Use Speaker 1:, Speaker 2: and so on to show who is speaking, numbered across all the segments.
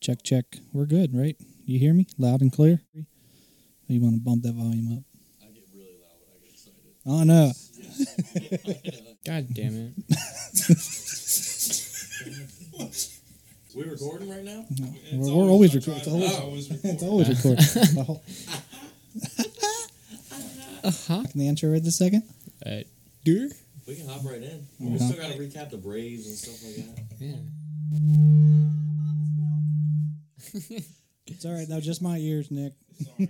Speaker 1: Check, check. We're good, right? You hear me loud and clear? Or you want to bump that volume up?
Speaker 2: I get really loud when I get excited.
Speaker 1: Oh, no.
Speaker 3: God damn it.
Speaker 2: We recording right now? Oh,
Speaker 1: no.
Speaker 4: It's
Speaker 1: We're, we're always
Speaker 4: on
Speaker 1: recording. It's
Speaker 4: time.
Speaker 1: always,
Speaker 4: I always
Speaker 1: it's
Speaker 4: record.
Speaker 1: always recording. The whole- Can the intro read the second?
Speaker 3: Uh, dear?
Speaker 2: We can hop right in.
Speaker 1: We
Speaker 2: We
Speaker 1: hop-
Speaker 2: still got to recap the Braves and stuff like that.
Speaker 3: Yeah.
Speaker 1: It's all right. No, just my ears, Nick.
Speaker 4: Sorry.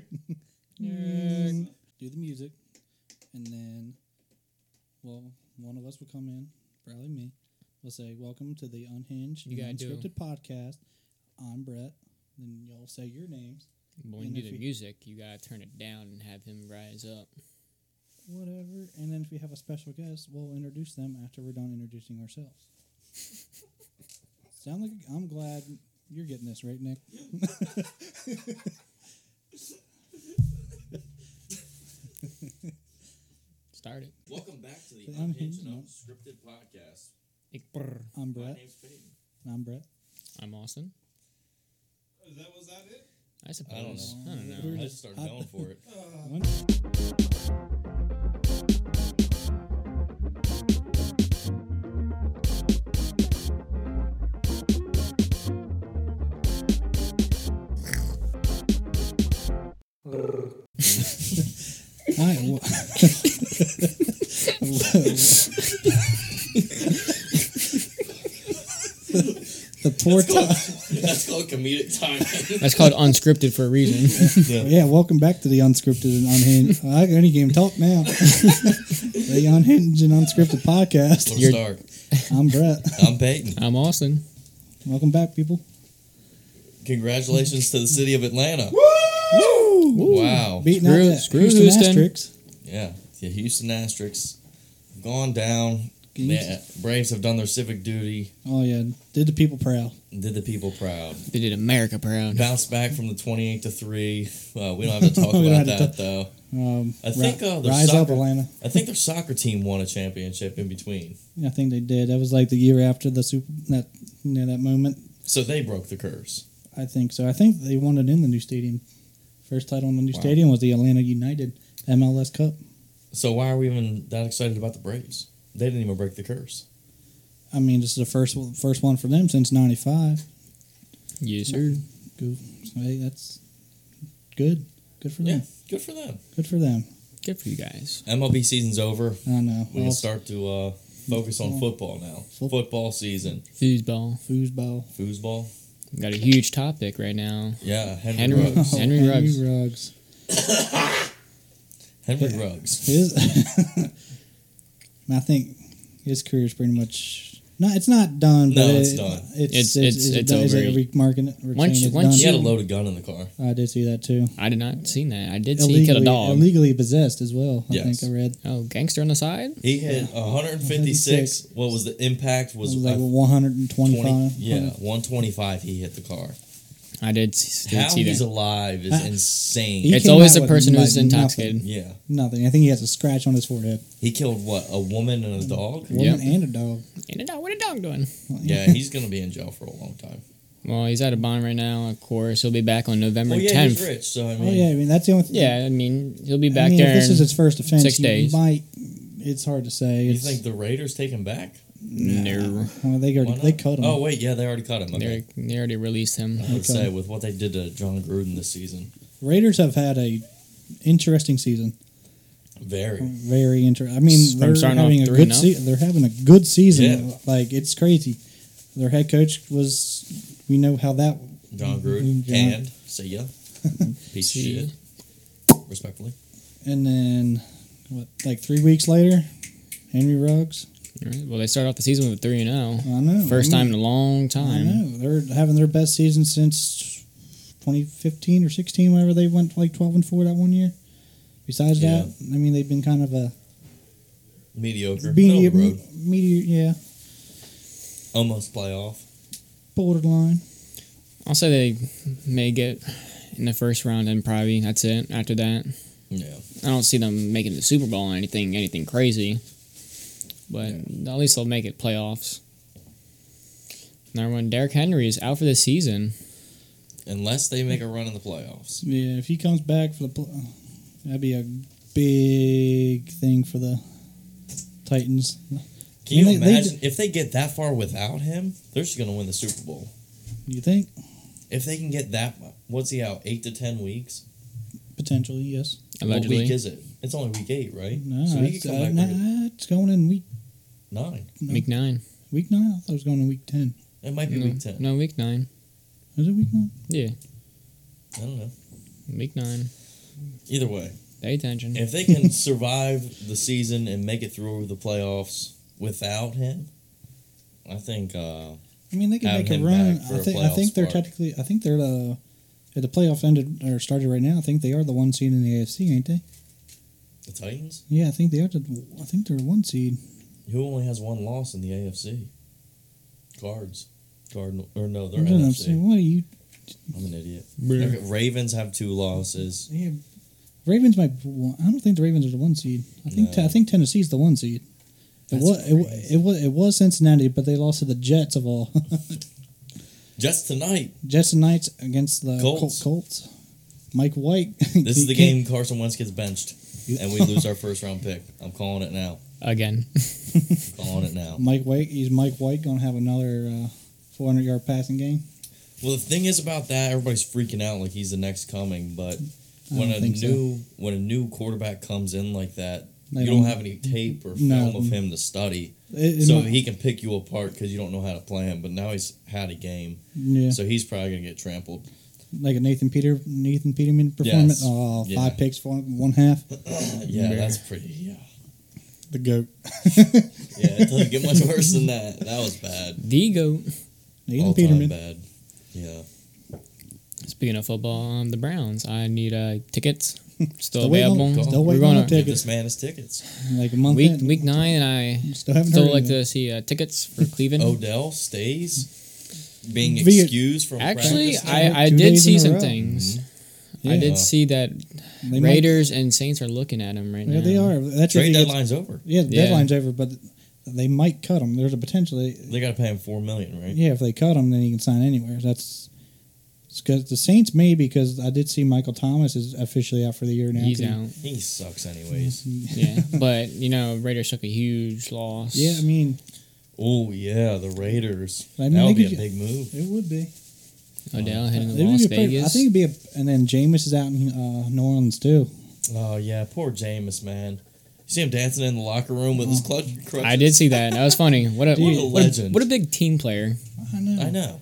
Speaker 3: Mm.
Speaker 1: Do the music. And then, well, one of us will come in, probably me. We'll say, Welcome to the Unhinged
Speaker 3: You gotta
Speaker 1: and
Speaker 3: do-
Speaker 1: Unscripted Podcast. I'm Brett. Then y'all say your names.
Speaker 3: When
Speaker 1: And
Speaker 3: you
Speaker 1: if
Speaker 3: do
Speaker 1: you-
Speaker 3: the music, you gotta turn it down and have him rise up.
Speaker 1: whatever. And then if we have a special guest, we'll introduce them after we're done introducing ourselves. Sound like I'm glad you're getting this right, Nick.
Speaker 3: Start it.
Speaker 2: Welcome back to the
Speaker 1: The
Speaker 2: Unhinged and
Speaker 1: Unhinged.
Speaker 2: Unscripted Podcast.
Speaker 3: Ik- brr.
Speaker 1: I'm
Speaker 2: My
Speaker 1: Brett.
Speaker 2: name's Peyton.
Speaker 1: I'm Brett.
Speaker 3: I'm Austin.
Speaker 4: Is that was that it?
Speaker 3: I suppose. I
Speaker 1: know.
Speaker 3: don't know.
Speaker 1: We're just-
Speaker 2: I just started
Speaker 1: I-
Speaker 2: going for it.
Speaker 1: One- Hi, w- the poor time.
Speaker 2: That's called comedic timing.
Speaker 3: That's called unscripted for a reason.
Speaker 1: Yeah, welcome back to the unscripted and unhinged. I can only game talk now. the unhinged and unscripted podcast.
Speaker 3: You're-
Speaker 2: start.
Speaker 1: I'm Brett.
Speaker 2: I'm Peyton.
Speaker 3: I'm Austin.
Speaker 1: Welcome back, people.
Speaker 2: Congratulations to the city of Atlanta.
Speaker 1: Woo!
Speaker 2: Wow.
Speaker 1: Beating
Speaker 3: Screw-
Speaker 1: out that
Speaker 3: screw
Speaker 1: Houston,
Speaker 3: Houston.
Speaker 1: Asterix.
Speaker 2: Yeah. The Houston Asterix have gone down.
Speaker 1: Can you-
Speaker 2: The Braves have done their civic duty
Speaker 1: Oh yeah, did the people proud?
Speaker 2: and did the people proud.
Speaker 3: They did America proud.
Speaker 2: Bounced back from the 28 to 3. Well, we don't have to talk
Speaker 1: We don't have
Speaker 2: about
Speaker 1: to
Speaker 2: that, though.
Speaker 1: Um,
Speaker 2: I think, uh, the
Speaker 1: rise up,
Speaker 2: soccer-
Speaker 1: Atlanta.
Speaker 2: I think their soccer team won a championship in between.
Speaker 1: I think they did. That was like the year after the super that you know, that moment.
Speaker 2: So they broke the curse.
Speaker 1: I think so. I think they won it in the new stadium. First title in the new
Speaker 2: Wow.
Speaker 1: stadium was the Atlanta United MLS Cup.
Speaker 2: So why are we even that excited about the Braves? They didn't even break the curse.
Speaker 1: I mean, this is the first one- first one for them since '95.
Speaker 3: Yes, sir.
Speaker 1: Go, so, hey, that's good. Good for them.
Speaker 2: good for them.
Speaker 1: Good for them.
Speaker 3: Good for you guys.
Speaker 2: MLB season's over.
Speaker 1: I know.
Speaker 2: We
Speaker 1: Well,
Speaker 2: can start to uh, focus on football now.
Speaker 1: Fo-
Speaker 2: Football season.
Speaker 3: Foosball.
Speaker 1: foosball.
Speaker 2: Foosball.
Speaker 3: We Got a huge topic right now.
Speaker 2: Yeah, Henry,
Speaker 3: Henry-
Speaker 2: Ruggs.
Speaker 3: Henry Ruggs.
Speaker 1: Oh, Ruggs.
Speaker 2: Henry Ruggs.
Speaker 1: His, I think his career is pretty much. No, it's not done.
Speaker 2: No,
Speaker 1: but
Speaker 2: it's
Speaker 1: it-
Speaker 2: done.
Speaker 1: It's it's
Speaker 3: It's- it's-
Speaker 1: is it
Speaker 3: it's
Speaker 1: done- is
Speaker 3: over.
Speaker 1: it remarking it? or
Speaker 3: Once-
Speaker 1: saying it's
Speaker 3: once
Speaker 1: done?
Speaker 2: He had a loaded gun in the car.
Speaker 1: I did see that too.
Speaker 3: I did not seen that. I did see he killed a dog.
Speaker 1: illegally possessed as well. I
Speaker 2: Yes.
Speaker 1: think I read.
Speaker 3: Oh, gangster on the side?
Speaker 2: He hit 156. What was the impact?
Speaker 1: It was
Speaker 2: Was,
Speaker 1: like
Speaker 2: uh,
Speaker 1: 125.
Speaker 2: 20, yeah, 125. He hit the car.
Speaker 3: I did, s- did
Speaker 2: How
Speaker 3: see
Speaker 2: he's
Speaker 3: that.
Speaker 2: alive is
Speaker 1: Ah.
Speaker 2: insane.
Speaker 1: He
Speaker 3: it's
Speaker 1: came
Speaker 3: always
Speaker 1: out
Speaker 3: the
Speaker 1: with
Speaker 3: person who's
Speaker 1: like nothing.
Speaker 3: intoxicated.
Speaker 2: yeah,
Speaker 1: Nothing. I think he has a scratch on his forehead.
Speaker 2: he killed what a woman and a dog.
Speaker 1: Woman
Speaker 3: Yep.
Speaker 1: and a dog.
Speaker 3: And a dog, what a dog doing?
Speaker 2: Yeah, he's gonna be in jail for a long time.
Speaker 3: Well, he's out of bond right now, of course. He'll be back on November
Speaker 2: Well, Oh, yeah,
Speaker 3: 10th.
Speaker 2: he's rich, so I mean,
Speaker 1: Oh yeah, I mean that's the only. thing.
Speaker 3: Yeah, I mean, he'll be back
Speaker 1: I mean,
Speaker 3: there.
Speaker 1: If this
Speaker 3: in-
Speaker 1: is his first offense.
Speaker 3: six
Speaker 1: he
Speaker 3: days.
Speaker 1: Might. It's hard to say.
Speaker 2: you
Speaker 1: It's-
Speaker 2: think the Raiders take him back?
Speaker 3: no.
Speaker 1: Well, they
Speaker 2: Why
Speaker 1: already
Speaker 2: not?
Speaker 1: they cut him.
Speaker 2: Oh wait, yeah, they already cut him.
Speaker 3: They,
Speaker 2: Okay.
Speaker 3: they already released him.
Speaker 2: I would
Speaker 1: Okay.
Speaker 2: say with what they did to John Gruden this season,
Speaker 1: Raiders have had a interesting season.
Speaker 2: very.
Speaker 1: Very interesting. I mean,
Speaker 3: From
Speaker 1: they're
Speaker 3: starting
Speaker 1: having a
Speaker 3: off oh.
Speaker 1: good
Speaker 3: 3-0.
Speaker 1: se- they're having a good season.
Speaker 2: Yeah.
Speaker 1: Like it's crazy. Their head coach was. We know how that.
Speaker 2: John Gruden
Speaker 1: John.
Speaker 2: canned. See ya. Piece of
Speaker 3: See ya.
Speaker 2: shit. Respectfully.
Speaker 1: And then, what? Like three weeks later, Henry Ruggs.
Speaker 3: All right, Well, they start off the season with a 3 and
Speaker 1: I know.
Speaker 3: 0. First
Speaker 1: I
Speaker 3: time
Speaker 1: know.
Speaker 3: in a long
Speaker 1: I know
Speaker 3: time.
Speaker 1: they're having their best season since 2015 or 16, whenever they went like 12 and four that one year. Besides
Speaker 2: Yeah.
Speaker 1: that, I mean, they've been kind of a
Speaker 2: Mediocre. Middle
Speaker 1: media,
Speaker 2: of the road.
Speaker 1: media, yeah,
Speaker 2: Almost playoff.
Speaker 1: borderline.
Speaker 3: I'll say they may get in the first round and probably that's it after that.
Speaker 2: Yeah.
Speaker 3: I don't see them making the Super Bowl or anything, anything crazy. But at least they'll make it playoffs. Number one, Derrick Henry is out for the season.
Speaker 2: unless they make a run in the playoffs.
Speaker 1: Yeah, if he comes back for the, pl- that'd be a big thing for the Titans.
Speaker 2: Can you
Speaker 1: They- they-
Speaker 2: imagine if they get that far without him? They're just going to win the Super Bowl.
Speaker 1: You think
Speaker 2: If they can get that, mu- what's he out? Eight to ten weeks.
Speaker 1: potentially? Yes.
Speaker 2: What week
Speaker 3: Allegedly,
Speaker 2: is it? It's only week eight, right?
Speaker 1: No.
Speaker 2: so he
Speaker 1: it's,
Speaker 2: could come
Speaker 1: uh,
Speaker 2: back
Speaker 1: nah,
Speaker 2: with
Speaker 1: it's going in week
Speaker 2: nine.
Speaker 1: no,
Speaker 3: week nine.
Speaker 1: week nine. I thought it was going in week ten.
Speaker 2: It might be
Speaker 3: No,
Speaker 2: week ten.
Speaker 3: no, week nine.
Speaker 1: Is it week nine?
Speaker 3: Yeah,
Speaker 2: I don't know.
Speaker 3: week nine.
Speaker 2: Either way,
Speaker 3: Pay attention.
Speaker 2: if they can survive the season and make it through the playoffs without him, I think. Uh,
Speaker 1: I mean, they could
Speaker 2: Have
Speaker 1: make a
Speaker 2: him
Speaker 1: run.
Speaker 2: back
Speaker 1: I
Speaker 2: for a
Speaker 1: think. I
Speaker 2: playoff
Speaker 1: think they're
Speaker 2: spot.
Speaker 1: technically. I think they're the. If the playoff ended or started right now, I think they are the one seed in the AFC, ain't they?
Speaker 2: the Titans,
Speaker 1: Yeah, I think they are. The, I think they're one seed.
Speaker 2: who only has one loss in the AFC, Cards, Cardinal, or no, they're
Speaker 1: I'm just- I'm saying,
Speaker 2: NFC.
Speaker 1: What are you?
Speaker 2: I'm an idiot.
Speaker 3: Bruh.
Speaker 2: Okay, Ravens have two losses.
Speaker 1: Yeah, Ravens might. I don't think the Ravens are the one seed. I think
Speaker 2: No.
Speaker 1: I think Tennessee's the one seed. It
Speaker 2: That's
Speaker 1: was, it, wa-
Speaker 2: crazy.
Speaker 1: it was it was Cincinnati, but they lost to the Jets of all
Speaker 2: Just tonight,
Speaker 1: Jets and Knights against the Col-
Speaker 2: Colts.
Speaker 1: Colts. Mike White.
Speaker 2: this is the game Carson Wentz gets benched,
Speaker 1: You-
Speaker 2: and we lose our first round pick. I'm calling it now.
Speaker 3: Again,
Speaker 2: I'm calling it now.
Speaker 1: Mike White is Mike White gonna have another uh, 400 yard passing game.
Speaker 2: Well, the thing is about that, everybody's freaking out like he's the next coming. But
Speaker 1: I
Speaker 2: when
Speaker 1: don't
Speaker 2: a
Speaker 1: think so.
Speaker 2: new when a new quarterback comes in like that,
Speaker 1: They
Speaker 2: you don't
Speaker 1: don't-
Speaker 2: have any tape or film
Speaker 1: No.
Speaker 2: of him to study,
Speaker 1: It- it
Speaker 2: so
Speaker 1: might-
Speaker 2: he can pick you apart because you don't know how to play him. But now he's had a game,
Speaker 1: yeah,
Speaker 2: so he's probably gonna get trampled.
Speaker 1: like a Nathan Peter Nathan Peterman performance.
Speaker 2: Yes.
Speaker 1: Oh, five
Speaker 2: Yeah.
Speaker 1: picks for one half.
Speaker 2: Yeah,
Speaker 3: Yeah.
Speaker 2: that's pretty. Yeah,
Speaker 1: The goat.
Speaker 2: yeah, it doesn't get much worse than that. That was bad.
Speaker 3: the goat.
Speaker 1: Nathan
Speaker 2: All
Speaker 1: Peterman.
Speaker 2: time bad. Yeah,
Speaker 3: Speaking of football, um, the Browns. I need uh, tickets. Still
Speaker 1: Still waiting on-
Speaker 3: available.
Speaker 1: still waiting
Speaker 3: We're
Speaker 1: on
Speaker 3: gonna
Speaker 1: the
Speaker 2: give
Speaker 1: Tickets.
Speaker 2: this man his tickets.
Speaker 1: Like a month.
Speaker 3: week
Speaker 1: in.
Speaker 3: week nine. I
Speaker 1: Still haven't
Speaker 3: still
Speaker 1: heard Oh,
Speaker 3: like
Speaker 1: anything.
Speaker 3: to see uh, tickets for Cleveland.
Speaker 2: Odell stays, being
Speaker 1: Via-
Speaker 2: excused from
Speaker 3: Actually,
Speaker 2: practice now.
Speaker 3: I, I
Speaker 1: Two
Speaker 3: did
Speaker 1: days
Speaker 3: see
Speaker 1: in a
Speaker 3: some
Speaker 1: row. Mm-hmm.
Speaker 3: things. I
Speaker 1: Yeah.
Speaker 3: did see that
Speaker 1: They might-
Speaker 3: Raiders and Saints are looking at him right
Speaker 1: Yeah,
Speaker 3: now.
Speaker 1: they are. That's if he
Speaker 2: trade
Speaker 1: gets-
Speaker 2: deadline's over.
Speaker 1: Yeah, the
Speaker 3: Yeah.
Speaker 1: deadline's over, but they might cut him. There's a potential. They,
Speaker 2: They got to pay him four million, right?
Speaker 1: yeah, if they cut him, then he can sign anywhere. That's because the Saints may because I did see Michael Thomas is officially out for the year now.
Speaker 3: He's
Speaker 1: too.
Speaker 3: out.
Speaker 2: He sucks, anyways.
Speaker 3: Yeah, but you know, Raiders took a huge loss.
Speaker 1: Yeah, I mean
Speaker 2: Oh yeah, the Raiders.
Speaker 1: I mean,
Speaker 2: that would
Speaker 1: they
Speaker 2: be a
Speaker 1: could ju-
Speaker 2: big move.
Speaker 1: it would be.
Speaker 3: Odell heading
Speaker 1: It
Speaker 3: to
Speaker 1: would
Speaker 3: Las
Speaker 1: be a pretty-
Speaker 3: Vegas.
Speaker 1: I think it'd be a, and then Jameis is out in uh, New Orleans too.
Speaker 2: Oh yeah, poor Jameis, man. You see him dancing in the locker room with
Speaker 1: Oh,
Speaker 2: his clutch. Crutches?
Speaker 3: I did see that. That was funny. What a,
Speaker 2: Dude,
Speaker 3: what, a
Speaker 2: legend.
Speaker 3: What a big team player.
Speaker 1: I know.
Speaker 2: I know.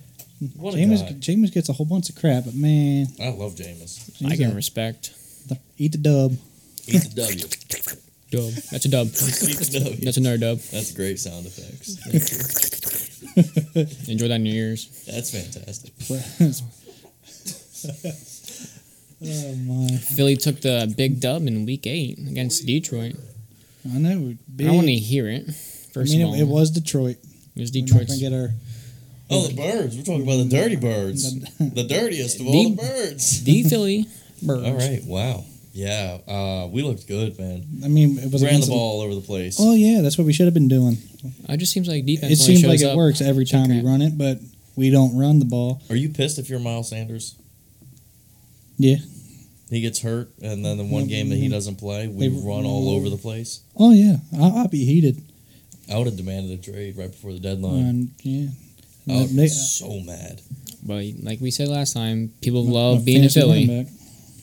Speaker 2: What a
Speaker 1: Jameis,
Speaker 2: guy.
Speaker 1: Jameis gets a whole bunch of crap, but man,
Speaker 2: I love Jameis.
Speaker 3: I
Speaker 1: he's
Speaker 3: can
Speaker 1: a-
Speaker 3: respect.
Speaker 1: the- eat the dub.
Speaker 2: Eat the W.
Speaker 3: Dub. That's a dub.
Speaker 2: Eat the W.
Speaker 3: That's another dub.
Speaker 2: That's great sound effects. Thank you.
Speaker 3: Enjoy that in your ears.
Speaker 2: That's fantastic.
Speaker 1: Oh my!
Speaker 3: Philly took the big dub in Week Eight against Detroit.
Speaker 1: I know.
Speaker 3: I don't want to hear it.
Speaker 1: I
Speaker 3: First
Speaker 1: mean,
Speaker 3: of all,
Speaker 1: it, it was Detroit.
Speaker 3: it was
Speaker 1: We're not
Speaker 3: Detroit's
Speaker 1: gonna get our
Speaker 2: Oh, the birds. We're talking about the dirty birds. The dirtiest of all the birds.
Speaker 3: the Philly.
Speaker 1: birds.
Speaker 2: All right. Wow. Yeah. Uh, we looked good, man.
Speaker 1: I mean, it was
Speaker 2: Ran the
Speaker 1: against
Speaker 2: ball all over the place.
Speaker 1: Oh yeah, that's what we should have been doing.
Speaker 3: It just seems like defense.
Speaker 1: it
Speaker 3: only
Speaker 1: seems like
Speaker 3: shows
Speaker 1: it
Speaker 3: up.
Speaker 1: works every time we
Speaker 3: crap.
Speaker 1: run it, but we don't run the ball.
Speaker 2: Are you pissed if you're Miles Sanders?
Speaker 1: Yeah.
Speaker 2: He gets hurt, and then the one game that he doesn't play, we
Speaker 1: They-
Speaker 2: run all over the place.
Speaker 1: Oh yeah, I, I'll be heated.
Speaker 2: I would have demanded a trade right before the deadline.
Speaker 1: Um, yeah.
Speaker 2: I would have
Speaker 1: They-
Speaker 2: been so mad.
Speaker 3: But like we said last time, people
Speaker 1: my-
Speaker 3: love
Speaker 1: my
Speaker 3: being in
Speaker 1: fantasy
Speaker 3: Philly.
Speaker 1: running back.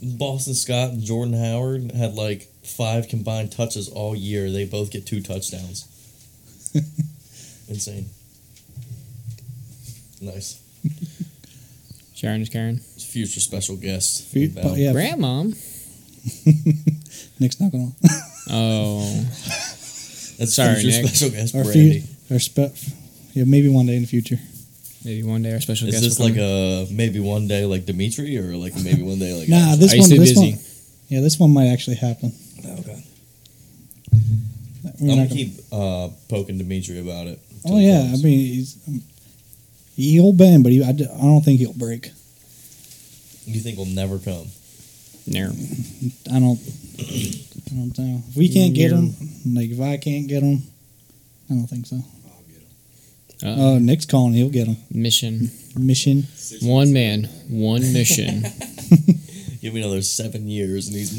Speaker 2: Boston Scott and Jordan Howard had like five combined touches all year. They both get two touchdowns. Insane. Nice.
Speaker 3: Sharon is Karen.
Speaker 2: Future special guest.
Speaker 1: Fe-
Speaker 2: inbound.
Speaker 1: yeah.
Speaker 3: Grandma.
Speaker 1: Nick's not gonna.
Speaker 3: Oh,
Speaker 2: That's
Speaker 3: Sorry,
Speaker 2: future
Speaker 3: Nick.
Speaker 2: special guest
Speaker 1: Our
Speaker 2: Brandy.
Speaker 1: few, our spe- yeah, maybe one day in the future.
Speaker 3: maybe one day our special
Speaker 2: Is
Speaker 3: guest.
Speaker 2: this
Speaker 3: will
Speaker 2: like
Speaker 3: come.
Speaker 2: a maybe one day like Dimitri or like maybe one day like
Speaker 1: Nah,
Speaker 2: Ashley?
Speaker 1: this
Speaker 3: Are you
Speaker 1: one,
Speaker 3: still
Speaker 1: this
Speaker 3: busy?
Speaker 1: one, yeah, this one might actually happen.
Speaker 2: Oh, God.
Speaker 1: We're
Speaker 2: I'm
Speaker 1: not
Speaker 2: gonna
Speaker 1: gonna-
Speaker 2: keep uh, poking Dimitri about it.
Speaker 1: oh yeah, I mean, he's, um, he'll bend, but he, I, d- I don't think he'll break.
Speaker 2: you think he'll never come?
Speaker 3: No.
Speaker 1: I don't. I don't know. If we can't get him, like if I can't get him, I don't think so.
Speaker 3: Uh,
Speaker 2: Uh-uh.
Speaker 1: Oh, Nick's calling. He'll get him.
Speaker 3: mission.
Speaker 1: Mission.
Speaker 3: One man, one mission.
Speaker 2: Give me another seven years and he's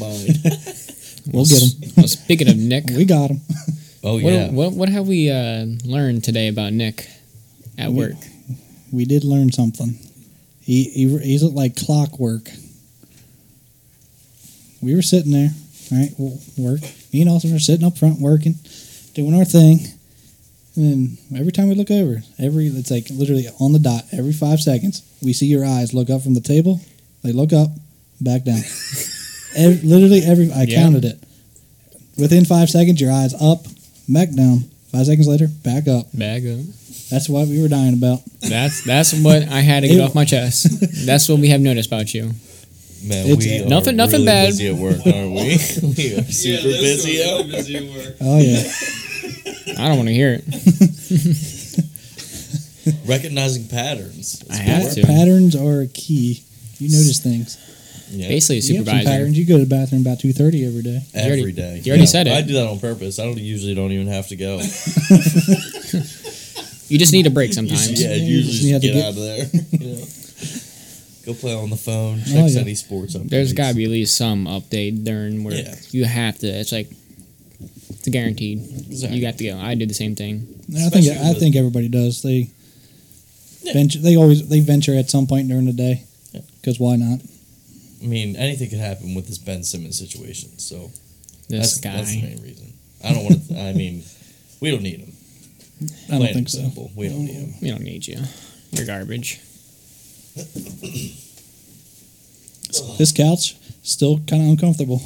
Speaker 2: mine.
Speaker 1: We'll get him.
Speaker 3: Well, speaking of Nick,
Speaker 1: We got him.
Speaker 2: oh
Speaker 3: what,
Speaker 2: yeah.
Speaker 3: what, what have we uh, learned today about Nick at
Speaker 1: We-
Speaker 3: work?
Speaker 1: We did learn something. He, he he's like clockwork. We were sitting there, all right, w- work. Me and Austin are sitting up front working, doing our thing, and then every time we look over, every it's like literally on the dot. Every five seconds, we see your eyes look up from the table. They look up, back down. Ev- literally every I
Speaker 3: Yeah.
Speaker 1: counted it. Within five seconds, your eyes up, back down. Five seconds later, back up.
Speaker 3: Bag of.
Speaker 1: That's what we were dying about.
Speaker 3: That's that's what I had to get
Speaker 1: Ew.
Speaker 3: off my chest. That's what we have noticed about you.
Speaker 2: Man,
Speaker 1: It's-
Speaker 2: we are
Speaker 3: Nothing- nothing
Speaker 2: really
Speaker 3: bad.
Speaker 2: busy at work, aren't we? we are super
Speaker 4: those
Speaker 2: busy.
Speaker 4: are
Speaker 2: Out.
Speaker 4: really busy at work.
Speaker 1: Oh yeah.
Speaker 3: I don't want to hear it.
Speaker 2: Recognizing patterns.
Speaker 3: I have
Speaker 1: Pat-
Speaker 3: to.
Speaker 1: Patterns are a key. You notice things.
Speaker 2: Yeah.
Speaker 3: Basically, a
Speaker 1: You have some
Speaker 3: supervisor.
Speaker 1: patterns. You go to the bathroom about two thirty every day.
Speaker 3: You already-
Speaker 2: Every day.
Speaker 3: you already said it.
Speaker 2: I do that on purpose. I don't usually don't even have to go.
Speaker 3: You just need a break sometimes.
Speaker 2: yeah,
Speaker 1: Yeah, you
Speaker 2: usually
Speaker 1: just
Speaker 2: just
Speaker 1: need
Speaker 2: get,
Speaker 1: to get-
Speaker 2: out of there. you know? Go play on the phone. Check
Speaker 1: Oh, yeah.
Speaker 2: any sports. Updates.
Speaker 3: There's got to be at least some update during work.
Speaker 2: Yeah.
Speaker 3: You have to. It's like it's guaranteed. You got to go. I did the same thing.
Speaker 1: And I think
Speaker 2: Especially
Speaker 1: I
Speaker 2: with-
Speaker 1: think everybody does. They
Speaker 2: Yeah.
Speaker 1: venture. They always they venture at some point during the day.
Speaker 2: Yeah.
Speaker 1: Because why not?
Speaker 2: I mean, anything could happen with this Ben Simmons situation. So
Speaker 3: This
Speaker 2: that's,
Speaker 3: guy.
Speaker 2: that's the main reason. I don't want to. I mean, we don't need him.
Speaker 1: I
Speaker 2: Plain
Speaker 1: don't
Speaker 2: and
Speaker 1: think so.
Speaker 2: simple. We don't need him.
Speaker 3: we don't need you. You're garbage.
Speaker 1: This couch still kind of uncomfortable.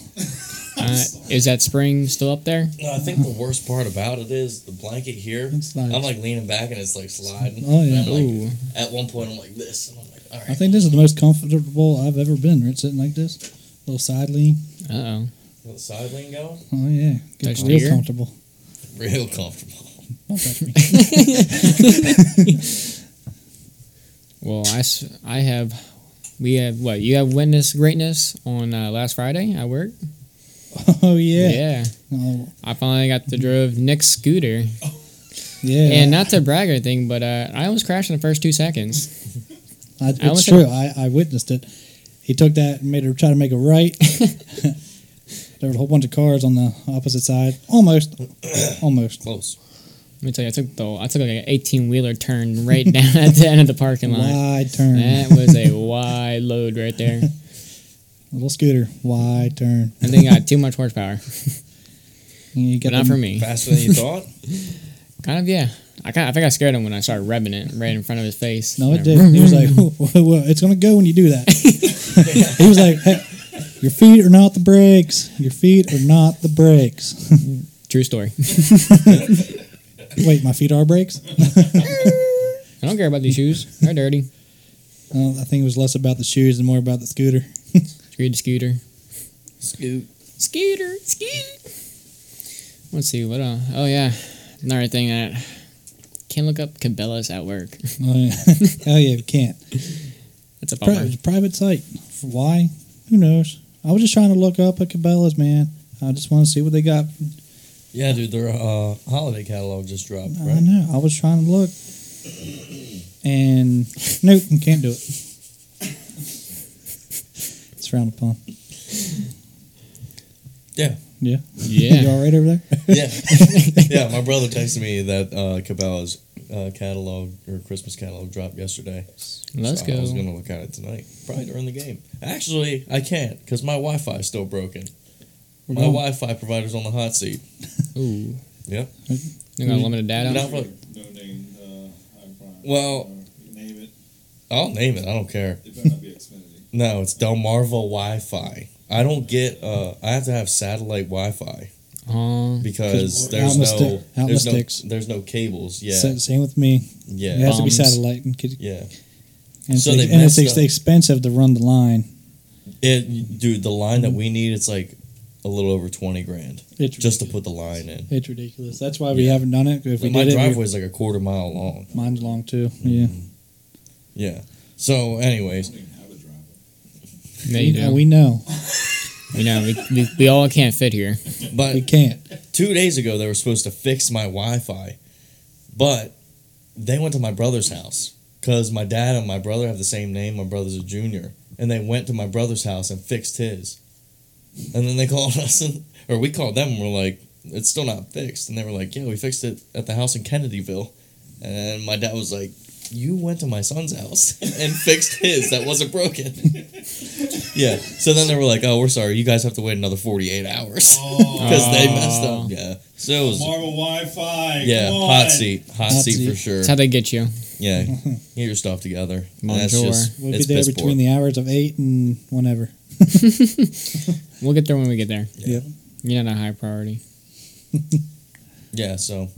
Speaker 3: Uh, is that spring still up there?
Speaker 2: No, I think the worst part about it is the blanket here.
Speaker 1: It's nice.
Speaker 2: I'm like leaning back and it's like sliding.
Speaker 1: Oh, yeah.
Speaker 2: And I'm, like,
Speaker 3: Ooh.
Speaker 2: at one point, I'm like this. And I'm like, all right.
Speaker 1: I think this is the most comfortable I've ever been. Right, sitting like this, little side lean.
Speaker 3: Uh oh.
Speaker 2: Got the side lean going.
Speaker 1: Oh yeah,
Speaker 3: Touch
Speaker 1: gets
Speaker 3: the
Speaker 1: real
Speaker 3: ear?
Speaker 1: comfortable.
Speaker 2: Real comfortable.
Speaker 1: Don't touch me.
Speaker 3: Well, I, s- I have. We have what? You have witness greatness on uh, last Friday at work.
Speaker 1: oh yeah.
Speaker 3: yeah.
Speaker 1: Oh
Speaker 3: I finally got to drive Nick's scooter.
Speaker 1: yeah.
Speaker 3: And not to brag or anything, but uh, I almost crashed in the first two seconds.
Speaker 1: I,
Speaker 3: I
Speaker 1: it's
Speaker 3: was-
Speaker 1: true. I, I witnessed it. He took that and made her try to make a right. there were a whole bunch of cars on the opposite side. Almost, almost.
Speaker 2: Close.
Speaker 3: Let me tell you, I took the I took like an eighteen wheeler turn right down at the end of the parking lot.
Speaker 1: Wide turn.
Speaker 3: That was a wide load right there.
Speaker 1: Little scooter. Wide turn.
Speaker 3: I think I had too much horsepower,
Speaker 1: And you
Speaker 3: but
Speaker 1: get
Speaker 3: not
Speaker 1: them-
Speaker 3: for me.
Speaker 2: Faster than you thought.
Speaker 3: Kind of, yeah. I kind of, I think I scared him when I started revving it right in front of his face.
Speaker 1: No, it
Speaker 3: And I-
Speaker 1: did. He was like, "Whoa, whoa, "It's gonna go when you do that." he was like, hey, "Your feet are not the brakes. Your feet are not the brakes."
Speaker 3: True story.
Speaker 1: Wait, my feet are brakes.
Speaker 3: I don't care about these shoes. They're dirty.
Speaker 1: Uh, I think it was less about the shoes and more about the scooter.
Speaker 3: Screw the scooter.
Speaker 2: Scoot.
Speaker 3: Scooter, scoot. Let's see what. Uh, oh yeah, another thing that can't look up Cabela's at work.
Speaker 1: Oh yeah, oh, yeah we can't.
Speaker 3: That's a
Speaker 1: Pri-
Speaker 3: bummer.
Speaker 1: it's a private site. For Why? Who knows? I was just trying to look up at Cabela's, man. I just want to see what they got.
Speaker 2: Yeah, dude, their uh, holiday catalog just dropped,
Speaker 1: I
Speaker 2: right?
Speaker 1: know. I was trying to look, and nope, you can't do it. It's frowned upon.
Speaker 2: Yeah.
Speaker 1: Yeah. You
Speaker 3: Yeah.
Speaker 1: all right over there?
Speaker 2: Yeah. yeah, my brother texted me that uh, Cabela's uh, catalog or Christmas catalog dropped yesterday.
Speaker 3: Let's
Speaker 2: So
Speaker 3: go.
Speaker 2: I was going to look at it tonight, probably during the game. Actually, I can't because my Wi Fi is still broken.
Speaker 1: We're
Speaker 2: My
Speaker 1: going-
Speaker 2: Wi Fi provider's on the hot seat.
Speaker 3: Ooh.
Speaker 2: Yep.
Speaker 3: You got limited data.
Speaker 2: No. really.
Speaker 4: No name. Uh, I promise.
Speaker 2: Well-
Speaker 4: name it.
Speaker 2: I'll name it. I don't care.
Speaker 4: It better not be Xfinity.
Speaker 2: No, it's Delmarva Wi Fi. I don't get. Uh, I have to have satellite Wi Fi
Speaker 3: Oh,
Speaker 2: because
Speaker 1: we're out
Speaker 2: there's
Speaker 1: in the
Speaker 2: no
Speaker 1: sti- out in the
Speaker 2: there's no
Speaker 1: sticks.
Speaker 2: there's no cables. Yeah,
Speaker 1: Sa- Same with me.
Speaker 2: yeah,
Speaker 1: It has to be
Speaker 3: Bombs.
Speaker 1: satellite, and, could-
Speaker 2: yeah.
Speaker 1: and
Speaker 2: So
Speaker 1: it's,
Speaker 2: they
Speaker 1: and it's
Speaker 2: messed up.
Speaker 1: expensive to run the line.
Speaker 2: It, dude, the line that we need, it's like a little over twenty grand
Speaker 1: It's
Speaker 2: just to put the line in.
Speaker 1: It's ridiculous. That's why we
Speaker 2: Yeah.
Speaker 1: haven't done it. If we
Speaker 2: my
Speaker 1: did it, we-
Speaker 2: driveway's like a quarter mile long.
Speaker 1: mine's long too.
Speaker 2: Mm-hmm.
Speaker 1: Yeah.
Speaker 2: Yeah. So, anyways,
Speaker 4: I don't even have a driveway.
Speaker 3: there
Speaker 1: We-
Speaker 3: you go.
Speaker 1: We know
Speaker 3: You know, we, we, we all can't fit here.
Speaker 2: but
Speaker 1: we can't.
Speaker 2: two days ago they were supposed to fix my Wi-Fi, but they went to my brother's house because my dad and my brother have the same name. My brother's a junior, and they went to my brother's house and fixed his. And then they called us, and, or we called them, and we're like, "It's still not fixed." And they were like, "Yeah, we fixed it at the house in Kennedyville." And my dad was like, "You went to my son's house and fixed his that wasn't broken." yeah. So then they were like, "Oh, we're sorry. You guys have to wait another forty-eight hours
Speaker 4: Oh,
Speaker 2: because they messed up." Yeah. So it was.
Speaker 4: Marvel Wi-Fi.
Speaker 2: Yeah,
Speaker 4: come on.
Speaker 2: hot seat, hot,
Speaker 1: Hot
Speaker 2: seat,
Speaker 1: seat.
Speaker 2: for sure.
Speaker 3: That's how they get you.
Speaker 2: Yeah, get your stuff together. And That's
Speaker 3: Bonjour.
Speaker 2: just
Speaker 1: We'll
Speaker 2: it's
Speaker 1: be there
Speaker 2: piss
Speaker 1: between the
Speaker 2: poor.
Speaker 1: hours of eight and whenever.
Speaker 3: We'll get there when we get there.
Speaker 2: Yeah.
Speaker 1: Yep.
Speaker 3: You're not a high priority.
Speaker 2: yeah. So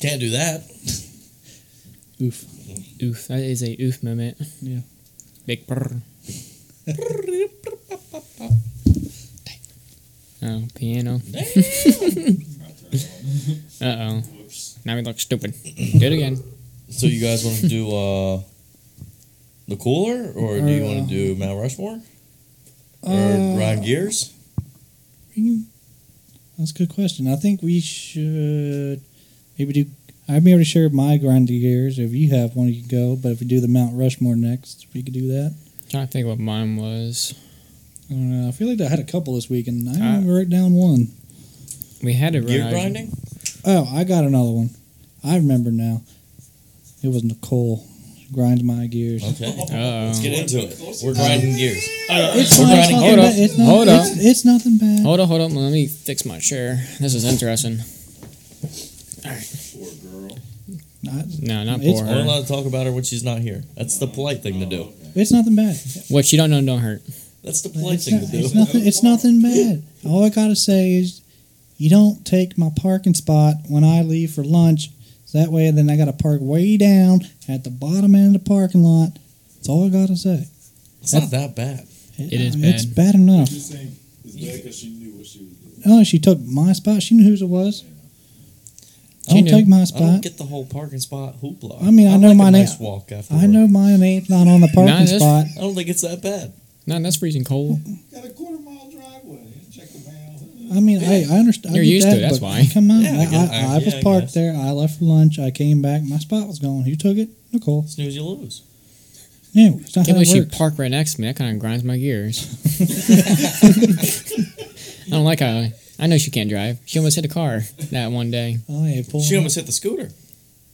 Speaker 2: can't do that.
Speaker 1: Oof.
Speaker 3: Oof. That is a oof moment.
Speaker 1: Yeah.
Speaker 3: Big brr. oh, piano. Uh oh.
Speaker 4: Whoops.
Speaker 3: Now we look stupid. Do it again.
Speaker 2: So you guys want to do uh the cooler, or do you want to do Mount Rushmore or
Speaker 1: Uh,
Speaker 2: Ryan Gears?
Speaker 1: That's a good question. I think we should maybe do. I'd be able to share my grind gears. If you have one, you can go. But if we do the Mount Rushmore next, we could do that.
Speaker 3: trying to think what mine was.
Speaker 1: I don't know. I feel like I had a couple this week, and I didn't
Speaker 3: Uh,
Speaker 1: even write down one.
Speaker 3: We had it
Speaker 2: Gear
Speaker 3: right.
Speaker 2: grinding.
Speaker 1: Oh, I got another one. I remember now. It was Nicole. Grind my gears.
Speaker 2: Okay,
Speaker 3: Uh
Speaker 2: let's
Speaker 3: oh.
Speaker 2: get into it. We're
Speaker 1: Uh,
Speaker 2: grinding gears.
Speaker 1: It's, fine, it's,
Speaker 2: grinding
Speaker 1: nothing
Speaker 3: gears.
Speaker 1: bad. it's, not,
Speaker 3: Hold up.
Speaker 1: it's, it's nothing bad.
Speaker 3: Hold on, hold on. Let me fix my chair. This is interesting.
Speaker 4: Poor girl.
Speaker 1: I-
Speaker 3: No, not
Speaker 1: It's-
Speaker 3: poor.
Speaker 2: We're not allowed to talk about her when she's not here. That's the polite thing to do.
Speaker 1: it's nothing bad.
Speaker 3: What you don't know don't hurt.
Speaker 2: That's the polite
Speaker 1: It's,
Speaker 2: thing
Speaker 1: not,
Speaker 2: to
Speaker 1: it's
Speaker 2: do.
Speaker 1: nothing. It's nothing bad. All I gotta say is, you don't take my parking spot when I leave for lunch. So that way, then I gotta park way down at the bottom end of the parking lot. That's all I gotta say.
Speaker 2: It's not that bad.
Speaker 3: It is
Speaker 1: It's bad enough.
Speaker 4: She's saying it's bad because she knew what she was doing.
Speaker 1: Oh, she took my spot. She knew whose it was.
Speaker 3: She
Speaker 1: Don't
Speaker 3: knew.
Speaker 1: take my
Speaker 2: I don't
Speaker 1: spot.
Speaker 2: get the whole parking spot hoopla.
Speaker 1: I mean, I know
Speaker 2: like
Speaker 1: my
Speaker 2: a
Speaker 1: name-
Speaker 2: nice walk after
Speaker 1: I
Speaker 2: work.
Speaker 1: know my name's not on the parking
Speaker 3: that's-
Speaker 1: spot.
Speaker 2: I don't think it's that bad.
Speaker 3: No, that's freezing cold.
Speaker 4: Got a quarter mile driveway. Check the mail.
Speaker 1: I mean, hey, I understand.
Speaker 3: You're
Speaker 1: I get
Speaker 3: used to
Speaker 1: that,
Speaker 3: it, that's
Speaker 1: but
Speaker 3: why.
Speaker 1: Come on,
Speaker 2: Yeah, I
Speaker 1: I,
Speaker 2: guess-
Speaker 1: I,
Speaker 2: I-
Speaker 1: I was
Speaker 2: yeah, I
Speaker 1: parked
Speaker 2: guess.
Speaker 1: there. I left for lunch. I came back. My spot was gone. Who took it? Nicole.
Speaker 2: Snooze, you lose.
Speaker 1: Yeah, it's not
Speaker 3: Can't
Speaker 1: how
Speaker 3: believe
Speaker 1: it
Speaker 3: she
Speaker 1: works.
Speaker 3: parked right next to me. That kind of grinds my gears. I don't like how. I know she can't drive. She almost hit a car that one day.
Speaker 1: oh, yeah, pull
Speaker 2: She
Speaker 1: him.
Speaker 2: almost hit the scooter.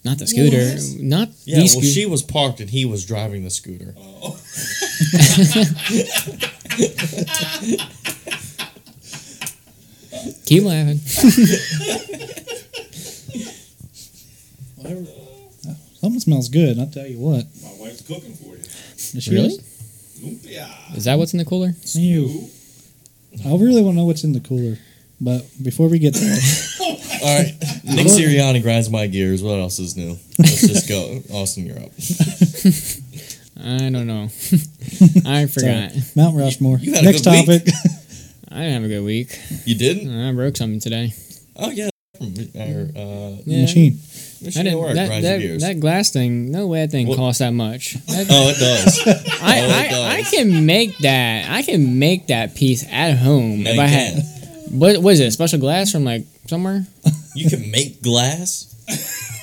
Speaker 3: Not the scooter. Not
Speaker 2: Yeah,
Speaker 3: the
Speaker 2: well,
Speaker 3: scooter.
Speaker 2: she was parked and he was driving the scooter.
Speaker 3: Oh. Keep laughing.
Speaker 1: Whatever. Something smells good. I'll tell you what.
Speaker 4: My wife's cooking for you.
Speaker 1: Is she
Speaker 3: Really?
Speaker 4: Lumpia.
Speaker 3: Is that what's in the cooler?
Speaker 1: Ew. I really want to know what's in the cooler. But before we get there,
Speaker 2: All right, Nick Sirianni grinds my gears. What else is new? Let's just go. Austin, you're up.
Speaker 3: I don't know. I forgot.
Speaker 1: Mount Rushmore.
Speaker 2: You had a
Speaker 1: Next
Speaker 2: good week.
Speaker 1: topic.
Speaker 3: I didn't have a good week.
Speaker 2: You didn't?
Speaker 3: I broke something today.
Speaker 2: Oh yeah, from our uh,
Speaker 3: Yeah.
Speaker 1: Machine.
Speaker 3: I
Speaker 2: machine at
Speaker 3: didn't,
Speaker 2: work
Speaker 3: that,
Speaker 2: grinds your
Speaker 3: that,
Speaker 2: gears.
Speaker 3: that glass thing, no way that thing
Speaker 2: What-
Speaker 3: costs that much. That-
Speaker 2: oh, it does.
Speaker 3: I,
Speaker 2: Oh, it
Speaker 3: I, I
Speaker 2: does.
Speaker 3: can make that. I can make that piece at home
Speaker 2: No,
Speaker 3: if
Speaker 2: you
Speaker 3: I
Speaker 2: can't.
Speaker 3: had. What was it? Special glass from like somewhere?
Speaker 2: You can make glass.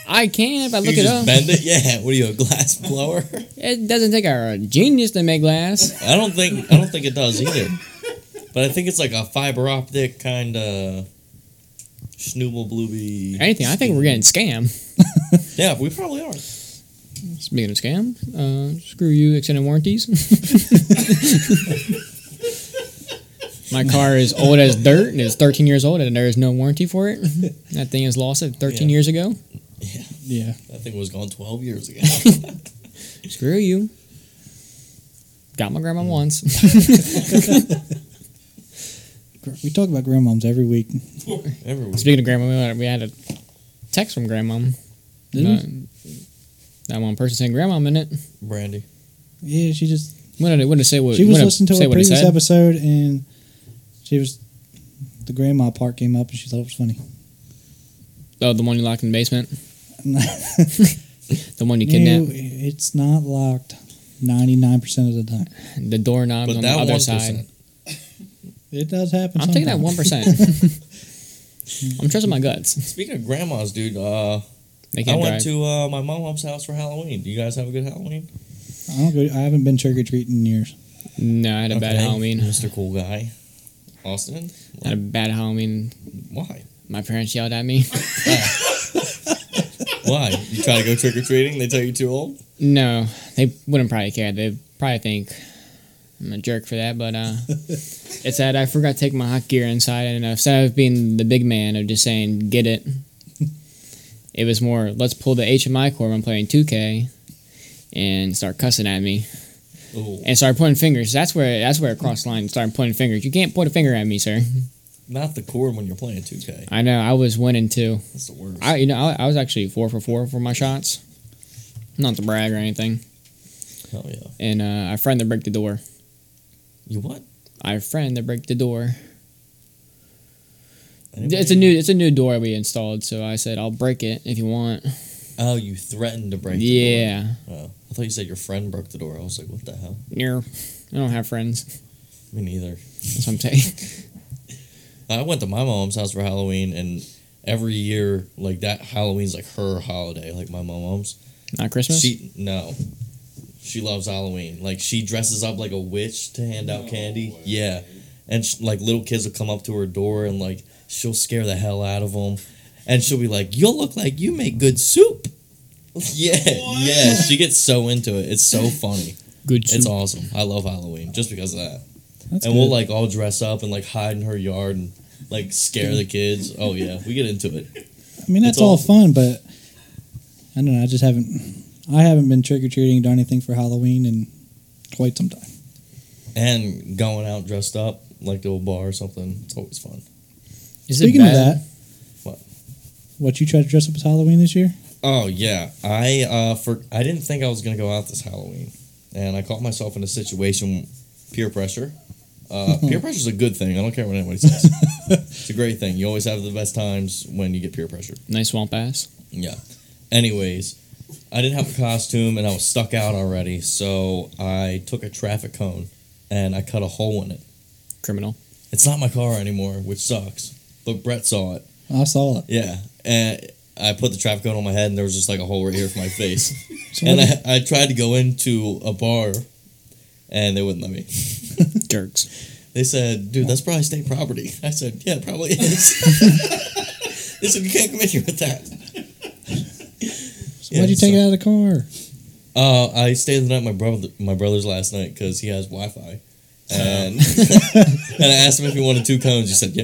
Speaker 3: I can if I
Speaker 2: You
Speaker 3: look
Speaker 2: can
Speaker 3: it
Speaker 2: just
Speaker 3: up.
Speaker 2: bend it. Yeah. What are you, a glass blower?
Speaker 3: It doesn't take a genius to make glass.
Speaker 2: I don't think. I don't think it does either. But I think it's like a fiber optic kind of schnooble blooby.
Speaker 3: Anything. I think we're getting scammed.
Speaker 2: Yeah, we probably are.
Speaker 3: Speaking of scam, uh, screw you, extended warranties. My car is old as dirt and it's 13 years old and there is no warranty for it. That thing is lost at 13
Speaker 2: Yeah.
Speaker 3: years ago.
Speaker 1: Yeah.
Speaker 2: That thing was gone twelve years ago.
Speaker 3: Screw you. Got my grandma once.
Speaker 1: Gr- We talk about grandmoms every week.
Speaker 2: Every week.
Speaker 3: Speaking of grandma, we had, we had a text from grandma.
Speaker 1: Did
Speaker 3: Uh, that one person saying grandma in it.
Speaker 2: Brandy.
Speaker 1: Yeah, she just
Speaker 3: What did it, what did it say? What,
Speaker 1: she was
Speaker 3: what did it
Speaker 1: listening to
Speaker 3: say
Speaker 1: a
Speaker 3: what it
Speaker 1: previous
Speaker 3: said?
Speaker 1: episode and she was the grandma part came up and she thought it was funny
Speaker 3: Oh, the one you locked in the basement.
Speaker 1: No,
Speaker 3: The one you kidnapped.
Speaker 1: it's not locked 99% of the time
Speaker 3: The doorknobs
Speaker 2: But
Speaker 3: on the
Speaker 2: that
Speaker 3: other
Speaker 2: one
Speaker 3: side.
Speaker 2: percent.
Speaker 1: it does happen
Speaker 3: I'm taking that
Speaker 1: sometimes.
Speaker 3: one percent. I'm trusting my guts.
Speaker 2: Speaking of grandmas, dude, uh,
Speaker 3: They
Speaker 2: I
Speaker 3: can't drive.
Speaker 2: went to uh, my mom's house for Halloween. Do you guys have a good Halloween?
Speaker 1: I don't go. I haven't been trick or treating in years.
Speaker 3: no, I had a bad
Speaker 2: Okay.
Speaker 3: Halloween.
Speaker 2: Mr. Cool Guy. Austin?
Speaker 3: I had a bad Halloween.
Speaker 2: Why?
Speaker 3: My parents yelled at me.
Speaker 2: Why? You try to go trick or treating? They tell you too old?
Speaker 3: No, they wouldn't probably care. They probably think I'm a jerk for that, but uh, it's that I forgot to take my hot gear inside, and uh, instead of being the big man of just saying "get it," it was more "let's pull the HMI cord." when I'm playing 2K and start cussing at me
Speaker 2: Ooh.
Speaker 3: and start pointing fingers. That's where that's where it crossed the line. Start pointing fingers. You can't point a finger at me, sir.
Speaker 2: Not the cord when you're playing 2K.
Speaker 3: I know I was winning too.
Speaker 2: That's the worst.
Speaker 3: I you know I, I was actually four for four for my shots, not to brag or anything.
Speaker 2: Hell yeah.
Speaker 3: And uh, a friend that broke the door.
Speaker 2: You what?
Speaker 3: I have a friend that break the door. It's a new it's a new door we installed, so I said I'll break it if you want.
Speaker 2: Oh, you threatened to break the door.
Speaker 3: yeah.
Speaker 2: Oh. I thought you said your friend broke the door. I was like, what the hell?
Speaker 3: No. I don't have friends.
Speaker 2: Me neither.
Speaker 3: That's what I'm saying.
Speaker 2: I went to my mom's house for Halloween, and every year, like that Halloween's like her holiday, like my mom's.
Speaker 3: Not Christmas?
Speaker 2: She no. She loves Halloween. Like she dresses up like a witch to hand out
Speaker 4: No
Speaker 2: candy.
Speaker 4: way.
Speaker 2: Yeah, and sh like little kids will come up to her door and like she'll scare the hell out of them, and she'll be like, "You'll look like you make good soup." Yeah,
Speaker 4: What?
Speaker 2: yeah. She gets so into it. It's so funny.
Speaker 3: Good
Speaker 2: It's awesome. I love Halloween just because of that.
Speaker 1: That's
Speaker 2: and
Speaker 1: good.
Speaker 2: we'll like all dress up and like hide in her yard and like scare the kids. Oh yeah, we get into it.
Speaker 1: I mean, that's
Speaker 2: It's
Speaker 1: all fun,
Speaker 2: awesome.
Speaker 1: but I don't know. I just haven't. I haven't been trick or treating, done anything for Halloween in quite some time.
Speaker 2: And going out dressed up like to a bar or something. It's always fun.
Speaker 3: Is
Speaker 1: Speaking
Speaker 3: it
Speaker 1: of
Speaker 3: bad?
Speaker 1: that,
Speaker 2: What?
Speaker 1: What you tried to dress up as Halloween this year?
Speaker 2: Oh yeah, I uh for I didn't think I was gonna go out this Halloween, and I caught myself in a situation, peer pressure. Uh, peer pressure's a good thing. I don't care what anybody says. it's a great thing. You always have the best times when you get peer pressure.
Speaker 3: Nice swamp ass.
Speaker 2: Yeah. Anyways, I didn't have a costume and I was stuck out already, so I took a traffic cone and I cut a hole in it.
Speaker 3: Criminal.
Speaker 2: It's not my car anymore, which sucks. But Brett saw it.
Speaker 1: I saw it.
Speaker 2: Yeah. And I put the traffic cone on my head and there was just like a hole right here for my face.
Speaker 1: So
Speaker 2: and
Speaker 1: what, did,
Speaker 2: I, I tried to go into a bar and they wouldn't let me.
Speaker 3: Jerks.
Speaker 2: They said, dude, that's probably state property. I said, yeah, it probably is. they said, you can't come in here with that.
Speaker 1: so why'd you
Speaker 2: Yeah,
Speaker 1: take
Speaker 2: so-
Speaker 1: it out of the car?
Speaker 2: Uh, I stayed the night at my brother my brother's last night because he has Wi Fi, and and I asked him if he wanted two cones. He said yeah.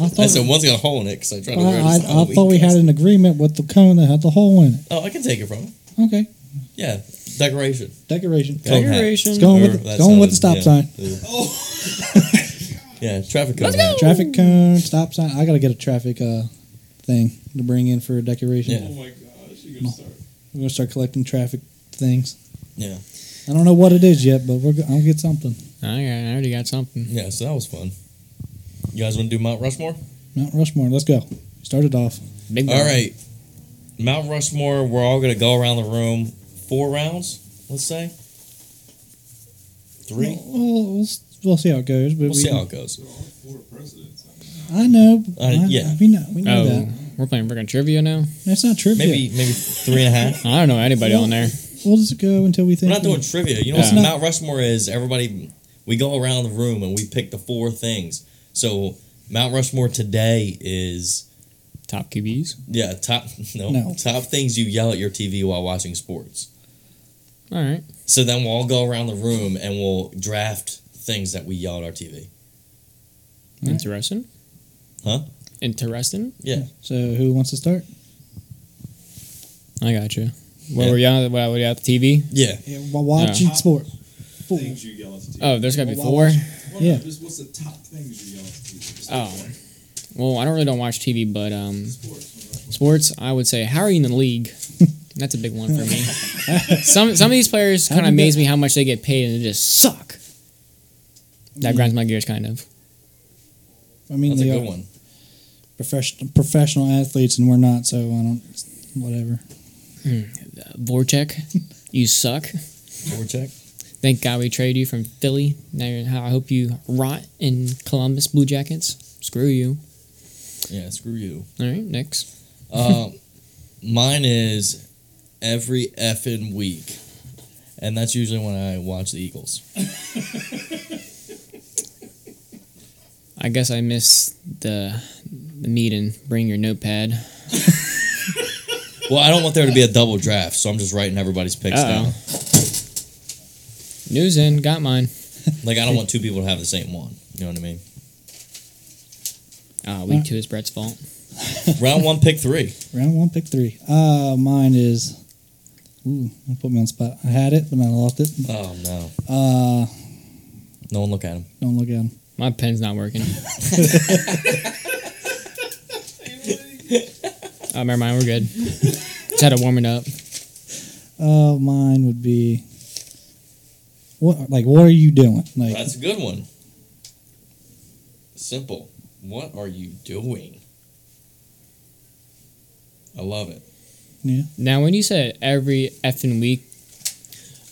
Speaker 1: I
Speaker 2: I
Speaker 1: thought.
Speaker 2: said one's got a hole in it because I tried to wear
Speaker 1: Well,
Speaker 2: this
Speaker 1: I, I
Speaker 2: Halloween
Speaker 1: thought we had an
Speaker 2: costume."
Speaker 1: agreement with the cone that had the hole in it.
Speaker 2: Oh, I can take it from him.
Speaker 1: Okay,
Speaker 2: Yeah, decoration.
Speaker 1: decoration.
Speaker 2: Cone hat.
Speaker 1: It's going with
Speaker 2: Or
Speaker 1: the-
Speaker 2: that
Speaker 1: going with the
Speaker 2: sounded-
Speaker 1: stop
Speaker 2: yeah.
Speaker 4: Oh,
Speaker 2: Yeah, traffic cone. hat.
Speaker 1: Traffic cone, stop sign. I gotta get a traffic uh, thing to bring in for a decoration.
Speaker 2: Yeah.
Speaker 4: oh my gosh, you're gonna start.
Speaker 1: We're gonna start collecting traffic things.
Speaker 2: Yeah,
Speaker 1: I don't know what it is yet, but we're go- I'll get something.
Speaker 3: Alright, I already got something.
Speaker 2: yeah. So that was fun. You guys want to do Mount Rushmore?
Speaker 1: Mount Rushmore. Let's go. Start it off.
Speaker 3: Big
Speaker 2: All right, Mount Rushmore. We're all gonna go around the room four rounds. Let's say three.
Speaker 1: Well, we'll, we'll, s- we'll see how it goes. But
Speaker 2: We'll
Speaker 1: we
Speaker 2: see
Speaker 1: can-
Speaker 2: how it goes.
Speaker 4: There are four presidents. I mean,
Speaker 1: I know.
Speaker 2: Uh,
Speaker 1: I-
Speaker 2: yeah.
Speaker 1: we know. We know
Speaker 3: Oh,
Speaker 1: that.
Speaker 3: we're playing freaking trivia now?
Speaker 1: That's not trivia.
Speaker 2: Maybe maybe three and a half.
Speaker 3: I don't know anybody on there.
Speaker 1: We'll just go until we
Speaker 2: We're
Speaker 1: think.
Speaker 2: not doing trivia. You know
Speaker 3: Yeah.
Speaker 2: what
Speaker 1: It's not-
Speaker 2: Mount Rushmore is? Everybody, we go around the room and we pick the four things. So Mount Rushmore today is
Speaker 3: Top QBs.
Speaker 2: yeah top no,
Speaker 1: No.
Speaker 2: top things you yell at your TV while watching sports.
Speaker 3: Alright.
Speaker 2: So then we'll all go around the room and we'll draft things that we yell at our TV.
Speaker 1: Alright.
Speaker 3: Interesting.
Speaker 2: Huh?
Speaker 3: Interesting?
Speaker 2: Yeah,
Speaker 1: So who wants to start?
Speaker 3: I got you. What
Speaker 2: Yeah.
Speaker 3: were you on? What were you at the TV?
Speaker 2: yeah.
Speaker 1: Yeah, while watching
Speaker 4: Yeah.
Speaker 1: sport. Four.
Speaker 4: Things you yell at the
Speaker 3: Oh,
Speaker 4: TV.
Speaker 3: there's got to be
Speaker 1: Well,
Speaker 3: four.
Speaker 4: Well,
Speaker 1: yeah.
Speaker 4: no, just what's the top things you yell at the TV? Just
Speaker 3: Oh.
Speaker 4: like
Speaker 3: Well, I don't really don't watch TV, but um,
Speaker 4: Sports.
Speaker 3: sports. I would say, how are you in the league? That's a big one for me. some some of these players
Speaker 1: How
Speaker 3: kind of
Speaker 1: did
Speaker 3: amaze
Speaker 1: that-
Speaker 3: me how much they get paid and they just suck. That grinds my gears, kind of.
Speaker 1: I mean,
Speaker 2: That's a
Speaker 1: they
Speaker 2: good
Speaker 1: are
Speaker 2: one.
Speaker 1: professional professional athletes, and we're not. So I don't. Whatever.
Speaker 3: Voracek, you suck.
Speaker 2: Four check.
Speaker 3: Thank God we traded you from Philly. Now you're, I hope you rot in Columbus Blue Jackets. Screw you.
Speaker 2: Yeah, screw you.
Speaker 3: All right, next.
Speaker 2: Um, Mine is every effing week, and that's usually when I watch the Eagles.
Speaker 3: I guess I missed the the meeting. Bring your notepad.
Speaker 2: Well, I don't want there to be a double draft, so I'm just writing everybody's picks
Speaker 3: Uh-oh.
Speaker 2: down.
Speaker 3: News in. Got mine.
Speaker 2: Like I don't want two people to have the same one. You know what I mean?
Speaker 3: Uh, week two is Brett's fault.
Speaker 2: Round one, pick three.
Speaker 1: Round one, pick three. Uh, mine is. Ooh, you put me on the spot. I had it, but I lost it.
Speaker 2: Oh no!
Speaker 1: Uh,
Speaker 2: No one look at him.
Speaker 1: don't look at him.
Speaker 3: My pen's not working. Oh, never mind. We're good. Just had to warm it up.
Speaker 1: Uh, mine would be. What like what are you doing? Like
Speaker 2: That's a good one. Simple. What are you doing? I love it.
Speaker 1: yeah,
Speaker 3: Now, when you said every effing week,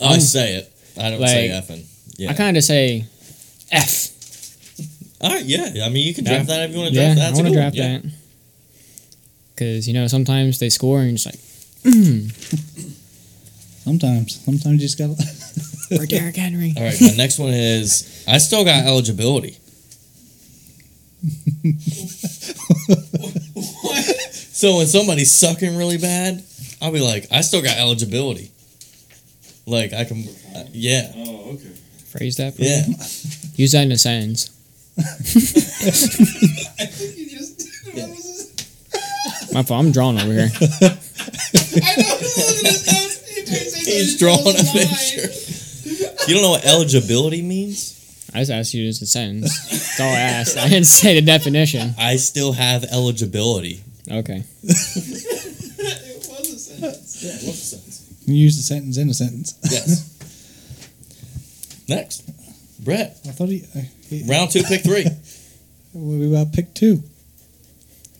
Speaker 2: I say it. I don't say
Speaker 3: Like,
Speaker 2: effing. Yeah.
Speaker 3: I kind of say F.
Speaker 2: All right. Yeah. I mean, you can draft that if you want to
Speaker 3: Yeah,
Speaker 2: draft that.
Speaker 3: I
Speaker 2: That's a
Speaker 3: want to
Speaker 2: good
Speaker 3: draft
Speaker 2: one. Yeah.
Speaker 3: that. Because, you know, sometimes they score and you're just like, "Hmm,
Speaker 1: sometimes sometimes you just gotta.
Speaker 3: we're Derrick Henry.
Speaker 2: All right. My next one is I still got eligibility. So when somebody's sucking really bad, I'll be like, I still got eligibility. Like I can, uh, yeah,
Speaker 4: Oh, okay.
Speaker 3: Phrase that. for
Speaker 2: yeah.
Speaker 3: me. Use that in a sentence.
Speaker 4: I think you just. I was
Speaker 3: My fault. I'm drawing over here.
Speaker 4: looking at those pictures.
Speaker 2: He's drawing a picture. You don't know what eligibility means?
Speaker 3: I just asked you to use a sentence. That's all I asked. I didn't say the definition.
Speaker 2: I still have eligibility.
Speaker 3: Okay.
Speaker 4: It was a sentence.
Speaker 2: Yeah, what's the sense?
Speaker 1: You use the sentence in a sentence.
Speaker 2: Yes. Next, Brett.
Speaker 1: I thought he. I, he
Speaker 2: Round two, pick three.
Speaker 1: we were about to pick two.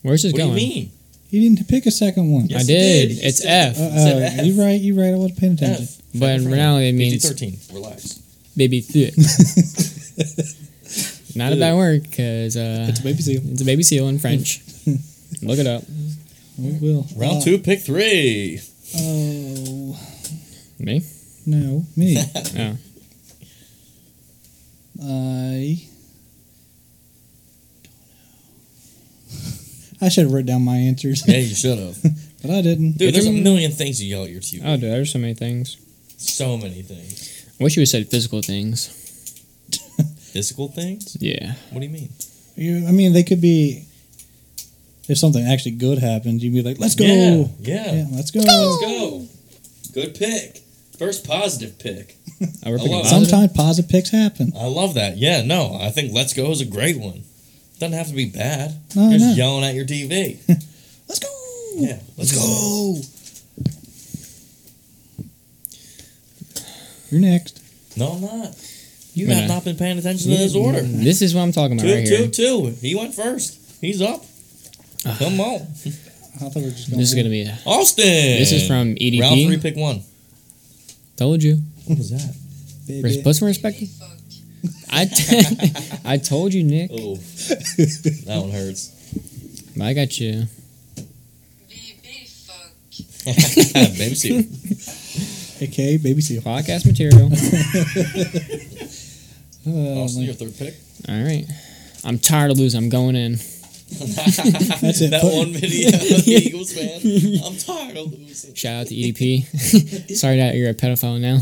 Speaker 3: Where's this
Speaker 2: What do you
Speaker 3: going?
Speaker 2: mean?
Speaker 1: He didn't pick a second one.
Speaker 2: Yes,
Speaker 3: I
Speaker 2: you
Speaker 3: did.
Speaker 2: did. You
Speaker 3: It's
Speaker 2: said-
Speaker 3: F.
Speaker 1: Uh,
Speaker 2: said
Speaker 1: uh,
Speaker 2: F.
Speaker 1: you're right. You're right. I wasn't paying attention.
Speaker 2: F.
Speaker 3: But in reality, it means
Speaker 2: thirteen. Relax.
Speaker 3: baby thick. Not a bad word because uh,
Speaker 1: It's a baby seal.
Speaker 3: it's a baby seal in French. Look it up.
Speaker 1: We will.
Speaker 2: Round
Speaker 1: Uh,
Speaker 2: two, pick three.
Speaker 1: Oh
Speaker 3: Me?
Speaker 1: no, me.
Speaker 3: Oh.
Speaker 1: I. I should have wrote down my answers,
Speaker 2: Yeah, you should have.
Speaker 1: but I didn't.
Speaker 2: Dude, there's a Uh, million things you yell at your TV.
Speaker 3: Oh, dude, there's so many things.
Speaker 2: So many things.
Speaker 3: I wish you would said physical things.
Speaker 2: Physical things?
Speaker 3: Yeah.
Speaker 2: What do you mean?
Speaker 1: You, I mean, they could be. If something actually good happened, you'd be like, "Let's go,
Speaker 2: Yeah,
Speaker 1: yeah,
Speaker 2: yeah.
Speaker 1: let's go."
Speaker 2: Let's go. Good pick. First positive pick.
Speaker 3: Oh, we're picking
Speaker 2: love it.
Speaker 3: positive?
Speaker 1: Sometimes positive picks happen.
Speaker 2: I love that. Yeah, no, I think Let's Go is a great one. Doesn't have to be bad.
Speaker 1: No,
Speaker 3: Oh,
Speaker 2: You're
Speaker 1: no.
Speaker 2: just yelling at your TV.
Speaker 1: Let's go.
Speaker 2: Yeah, let's go.
Speaker 1: You're next.
Speaker 2: No, I'm not. You
Speaker 3: Wait,
Speaker 2: have
Speaker 3: I-
Speaker 2: not been paying attention to this order.
Speaker 3: This is what I'm talking about
Speaker 2: Two,
Speaker 3: right
Speaker 2: two,
Speaker 3: here. Ah.
Speaker 2: two. He went first. He's up. Come on,
Speaker 1: I thought we were just going.
Speaker 3: This is gonna be.
Speaker 2: Austin.
Speaker 3: This is from EDP.
Speaker 2: round three, pick one.
Speaker 3: Told
Speaker 1: E
Speaker 3: you.
Speaker 2: What was that?
Speaker 1: Baby.
Speaker 3: Res- Put some respect. I, t- I told you, Nick.
Speaker 2: Oh, that one hurts.
Speaker 3: But I got you.
Speaker 5: Baby fuck.
Speaker 2: Baby seal.
Speaker 1: aka baby seal.
Speaker 3: Podcast material.
Speaker 1: Oh,
Speaker 2: Austin,
Speaker 1: my-
Speaker 2: your third pick.
Speaker 3: All right. I'm tired of losing. I'm going in.
Speaker 1: That's it.
Speaker 2: That
Speaker 1: Put-
Speaker 2: one video, of the Eagles fan. I'm tired of losing.
Speaker 3: Shout out to EDP. Sorry that you're a pedophile now.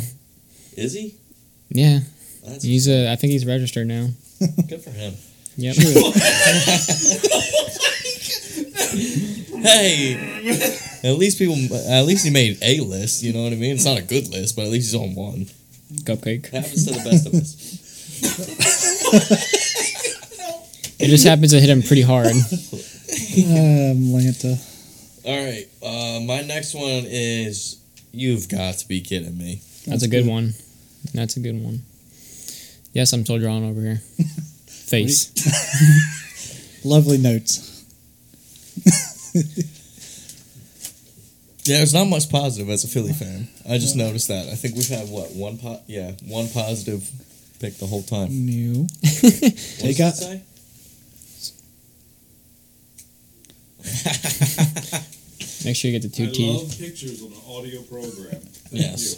Speaker 2: Is he?
Speaker 3: Yeah,
Speaker 2: That's
Speaker 3: he's a. I think he's registered now.
Speaker 2: good for him.
Speaker 3: Yep.
Speaker 2: Hey, at least people. At least he made a list. You know what I mean? It's not a good list, but at least he's on one.
Speaker 3: Cupcake.
Speaker 2: Happens to the best of us.
Speaker 3: It just happens to hit him pretty hard.
Speaker 1: Um, Lanta.
Speaker 2: All right, uh, my next one is. You've got to be kidding me.
Speaker 3: That's a good one. That's a good one. Yes, I'm still drawing over here. Face.
Speaker 1: Lovely notes.
Speaker 2: Yeah, there's not much positive as a Philly fan. I just noticed that. I think we've had what one po- yeah one positive pick the whole time.
Speaker 1: New.
Speaker 2: What
Speaker 1: Take
Speaker 2: does
Speaker 1: out-
Speaker 2: it say?
Speaker 3: Make sure you get the two
Speaker 6: I
Speaker 3: T's.
Speaker 6: love pictures on an audio program. Thank
Speaker 2: Yes.
Speaker 6: you.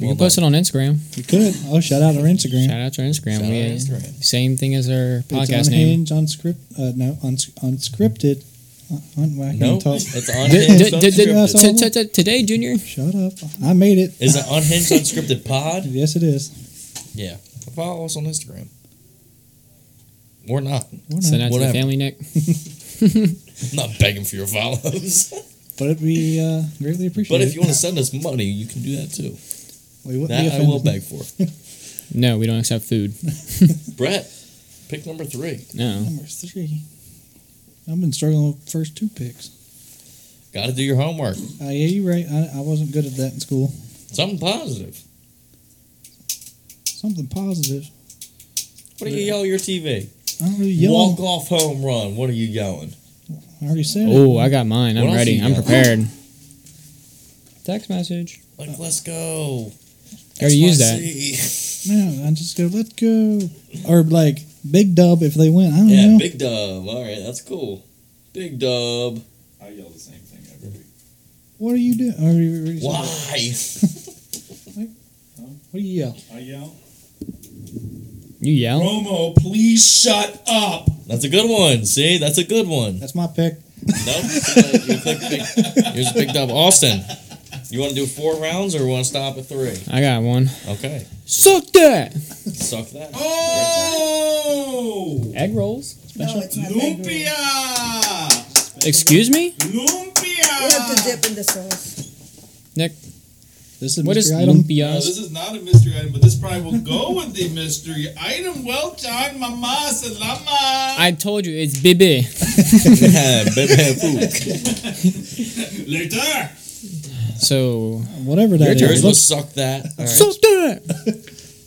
Speaker 3: You
Speaker 2: Well
Speaker 3: can post it on Instagram.
Speaker 1: You could. Oh, shout out our Instagram.
Speaker 3: Shout out to our Instagram.
Speaker 2: Shout out
Speaker 3: we,
Speaker 2: our Instagram.
Speaker 3: Same thing as our
Speaker 1: it's
Speaker 3: podcast name.
Speaker 1: unhinged, unscript, uh, no, uns- unscripted. Un- un- I can't
Speaker 2: No,
Speaker 1: talk.
Speaker 2: it's
Speaker 3: D-
Speaker 2: unhinged.
Speaker 3: d- d- d-
Speaker 1: Yes,
Speaker 2: unscripted.
Speaker 1: all
Speaker 3: t-
Speaker 1: of
Speaker 3: t- t- Today, Junior.
Speaker 1: Shut up. I made it.
Speaker 2: Is it unhinged unscripted pod?
Speaker 1: Yes, it is.
Speaker 2: Yeah. Follow us on Instagram. Or not.
Speaker 1: We're not.
Speaker 3: Send out to the
Speaker 2: Whatever.
Speaker 3: family, Nick.
Speaker 2: I'm not begging for your follows.
Speaker 1: but it'd be uh, greatly appreciated.
Speaker 2: But if you want to send us money, you can do that too.
Speaker 1: we wouldn't be
Speaker 2: That I will
Speaker 1: offended.
Speaker 2: beg for.
Speaker 3: No, we don't accept food.
Speaker 2: Brett, pick number three.
Speaker 3: No.
Speaker 1: Number three. I've been struggling with first two picks.
Speaker 2: Got to do your homework.
Speaker 1: Uh, yeah, you're right. I, I wasn't good at that in school.
Speaker 2: Something positive.
Speaker 1: Something positive.
Speaker 2: What do you yell at your TV?
Speaker 1: I don't really yell.
Speaker 2: Walk off home run. What are you yelling?
Speaker 1: I already said
Speaker 3: Oh,
Speaker 1: it.
Speaker 3: I got mine.
Speaker 2: What
Speaker 3: I'm
Speaker 2: else
Speaker 3: ready.
Speaker 2: you
Speaker 3: I'm
Speaker 2: got?
Speaker 3: prepared. Text message.
Speaker 2: Like, let's go.
Speaker 3: I already used that.
Speaker 2: XYZ.
Speaker 1: No, I just go, let's go. Or like, big dub if they win. I don't
Speaker 2: Yeah,
Speaker 1: know.
Speaker 2: big dub. All right, that's cool. Big dub.
Speaker 6: I yell the same thing every week.
Speaker 1: what are you doing? Are you already said it.
Speaker 2: Why?
Speaker 1: What do you yell?
Speaker 6: I yell.
Speaker 3: You yell?
Speaker 6: Romo, please shut up.
Speaker 2: That's a good one. See, that's a good one.
Speaker 1: That's my pick.
Speaker 2: Nope. You click big. Here's a big dub. Austin, you want to do four rounds or want to stop at three?
Speaker 3: I got one.
Speaker 2: Okay.
Speaker 3: Suck that!
Speaker 2: Suck that.
Speaker 6: Oh!
Speaker 3: Egg rolls?
Speaker 7: No, it's not egg roll. You
Speaker 6: Lumpia!
Speaker 3: Excuse me?
Speaker 7: have to
Speaker 6: Lumpia!
Speaker 7: dip in the sauce.
Speaker 3: Nick,
Speaker 1: This is a
Speaker 3: what is
Speaker 1: mystery item.
Speaker 6: No,
Speaker 3: lumpias?
Speaker 6: this is not a mystery item, but this probably will go with the mystery item. Well done, Mama Salama.
Speaker 3: I told you, it's bibi.
Speaker 2: Yeah, baby, poop.
Speaker 6: Later.
Speaker 3: So,
Speaker 1: Whatever that is.
Speaker 3: turn.
Speaker 2: Yours
Speaker 1: Look,
Speaker 2: was suck that. All right.
Speaker 3: suck that!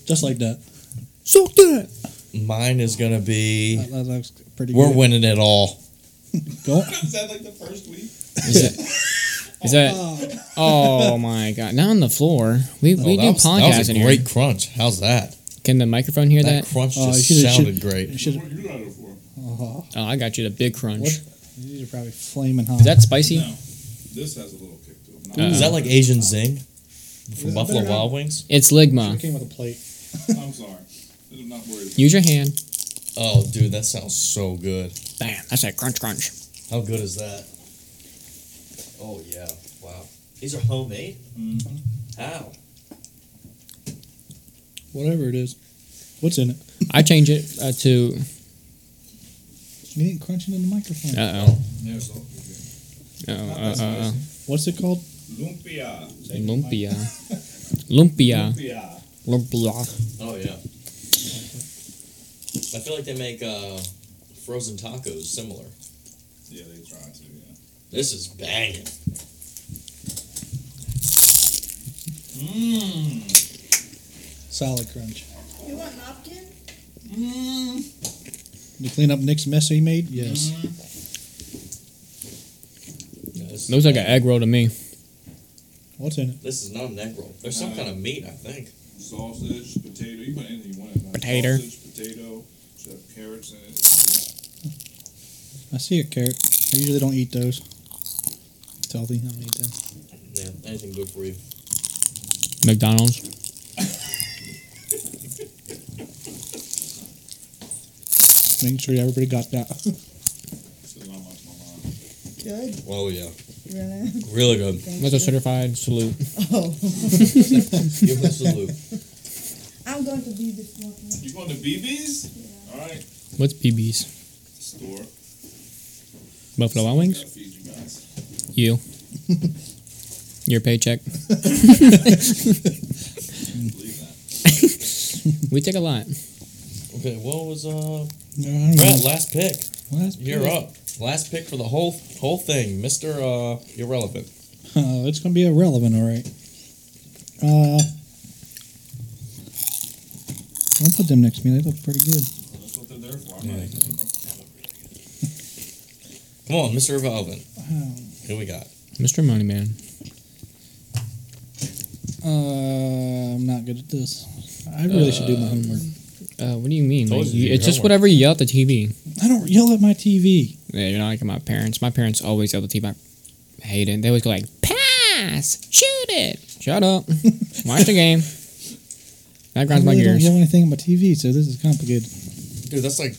Speaker 1: just like that.
Speaker 3: Suck that!
Speaker 2: Mine is gonna be.
Speaker 1: That, that looks pretty
Speaker 2: We're
Speaker 1: good.
Speaker 2: winning it all. Oh,
Speaker 1: Go-
Speaker 6: Is that like the first week?
Speaker 3: Is that? Is that? Oh my god! Not on the floor. We, we
Speaker 2: Oh,
Speaker 3: do
Speaker 2: that was- That was
Speaker 3: podcasts
Speaker 2: a
Speaker 3: in here.
Speaker 2: great crunch. How's that?
Speaker 3: Can the microphone hear
Speaker 2: That,
Speaker 3: that?
Speaker 2: crunch
Speaker 1: Oh,
Speaker 2: just
Speaker 1: you should've-
Speaker 2: sounded
Speaker 1: You
Speaker 2: great.
Speaker 1: should
Speaker 6: What are you out of for?
Speaker 1: uh
Speaker 3: Oh, I got you the big crunch.
Speaker 1: What? These are probably flaming hot.
Speaker 3: Is that spicy?
Speaker 6: No. This has a little kick to it. I'm,
Speaker 2: Is
Speaker 3: Uh,
Speaker 2: that like Asian Zing from
Speaker 1: Is that
Speaker 2: Buffalo
Speaker 1: better now?
Speaker 2: Wild Wings?
Speaker 3: It's
Speaker 1: It
Speaker 3: ligma.
Speaker 1: came with a plate.
Speaker 6: I'm sorry. I'm not worried.
Speaker 3: Use your hand.
Speaker 2: Oh, dude, that sounds so good.
Speaker 3: Bam! That's that crunch crunch.
Speaker 2: How good is that? Oh yeah! Wow, these are homemade. How?
Speaker 1: Whatever it is. What's in it?
Speaker 3: I change it uh, to.
Speaker 1: You didn't crunch it in the microphone.
Speaker 3: Uh oh.
Speaker 6: Yeah, so
Speaker 3: Uh oh.
Speaker 1: What's it called?
Speaker 6: Lumpia.
Speaker 3: Lumpia. Lumpia.
Speaker 6: Lumpia.
Speaker 3: Lumpia.
Speaker 2: Oh yeah. I feel like they make uh, frozen tacos similar.
Speaker 6: Yeah, they try to, yeah.
Speaker 2: This is banging.
Speaker 6: Mmm.
Speaker 1: Salad crunch.
Speaker 7: You want napkin?
Speaker 6: Mmm.
Speaker 1: Mm. You clean up Nick's mess he made? Yes.
Speaker 7: Mm.
Speaker 2: Yeah, this-
Speaker 3: Looks like an egg roll to me.
Speaker 1: What's in it?
Speaker 2: This is not an egg roll. There's some kind of meat, I think.
Speaker 6: Sausage, potato. You put anything you want in that.
Speaker 3: Potato.
Speaker 6: Sausage, potato. Should have carrots in it.
Speaker 1: I see a carrot. I usually don't eat those. It's healthy. I don't eat them.
Speaker 2: Yeah, anything good for you.
Speaker 3: McDonald's.
Speaker 1: Making sure everybody got that.
Speaker 6: Salama to my mom.
Speaker 7: Good.
Speaker 2: Oh yeah,
Speaker 7: Really?
Speaker 2: really good.
Speaker 7: Thank
Speaker 3: With a
Speaker 7: you.
Speaker 3: certified salute.
Speaker 7: Oh,
Speaker 2: Give us a loop.
Speaker 7: I'm going to be this morning.
Speaker 6: You going to BB's? All right.
Speaker 3: What's PB's?
Speaker 6: Store.
Speaker 3: Buffalo Wild Wings.
Speaker 6: Gotta feed you guys.
Speaker 3: You. Your paycheck.
Speaker 6: Believe that.
Speaker 3: We take a lot.
Speaker 2: Okay, what was uh
Speaker 1: No, I don't
Speaker 2: Brett,
Speaker 1: know.
Speaker 2: last pick.
Speaker 1: Well, that's
Speaker 2: You're
Speaker 1: pretty-
Speaker 2: up. Last pick for the whole whole thing, Mister uh, Irrelevant.
Speaker 1: Oh, it's gonna be irrelevant, all right. Uh, I'll put them next to me. They look pretty good.
Speaker 6: Well, that's what they're there for. I'm not eating them.
Speaker 2: Come on, Mister Irrelevant.
Speaker 3: Oh.
Speaker 1: Wow.
Speaker 2: Who we got?
Speaker 3: Mr. Moneyman.
Speaker 1: Uh, I'm not good at this. I really should do my homework.
Speaker 3: Uh, what do you mean?
Speaker 2: Told
Speaker 3: Like,
Speaker 2: you,
Speaker 3: you-
Speaker 2: your
Speaker 3: it's just
Speaker 2: homework.
Speaker 3: whatever you yell at the TV.
Speaker 1: I don't yell at my TV.
Speaker 3: Yeah, you're not like my parents. My parents always yell at the TV. hate it. They always go like, pass, shoot it. Shut up. Watch the game. That
Speaker 1: I
Speaker 3: grinds my
Speaker 1: really don't
Speaker 3: gears.
Speaker 1: know anything on my TV, so this is complicated.
Speaker 2: Dude, that's like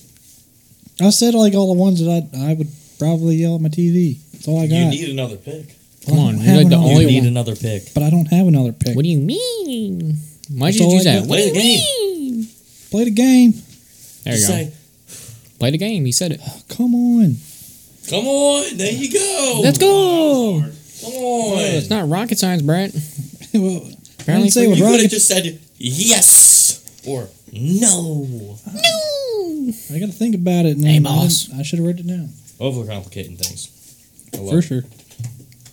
Speaker 1: I said like all the ones that I I would probably yell at my TV. That's all I got.
Speaker 2: you need another pick.
Speaker 3: Come
Speaker 1: I
Speaker 3: on,
Speaker 1: don't
Speaker 3: you're
Speaker 1: have
Speaker 3: like the
Speaker 1: another-
Speaker 2: You
Speaker 3: Only
Speaker 2: need
Speaker 3: one.
Speaker 2: another pick.
Speaker 1: But I don't have another pick.
Speaker 3: What do you mean? Why'd
Speaker 1: That's
Speaker 3: you
Speaker 1: all
Speaker 3: do
Speaker 1: I
Speaker 3: that?
Speaker 1: got.
Speaker 3: What do you
Speaker 2: Play the game.
Speaker 3: mean?
Speaker 1: Play the game.
Speaker 3: There you
Speaker 2: Just
Speaker 3: go.
Speaker 2: say,
Speaker 3: Play the game. He said it.
Speaker 1: Oh, Come on.
Speaker 2: Come on, there you go.
Speaker 3: Let's go.
Speaker 2: Come
Speaker 3: Oh,
Speaker 2: on.
Speaker 3: it's not rocket science, Brent.
Speaker 1: well, I
Speaker 3: Apparently
Speaker 1: didn't say
Speaker 3: for
Speaker 1: what
Speaker 2: you could have
Speaker 1: rocket.
Speaker 2: just said yes or no.
Speaker 1: I got to think about it. And
Speaker 3: Hey,
Speaker 1: I
Speaker 3: boss.
Speaker 1: didn't- I should have written it down
Speaker 2: Overcomplicating things. Oh, I love
Speaker 1: for
Speaker 2: it.
Speaker 1: sure.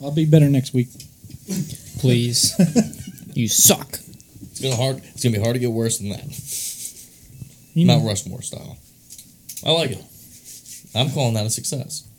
Speaker 1: I'll be better next week.
Speaker 3: Please. you suck.
Speaker 2: It's gonna hard. It's gonna be hard to get worse than that.
Speaker 1: You
Speaker 2: Mount
Speaker 1: know,
Speaker 2: Rushmore style. I like it. I'm calling that a success.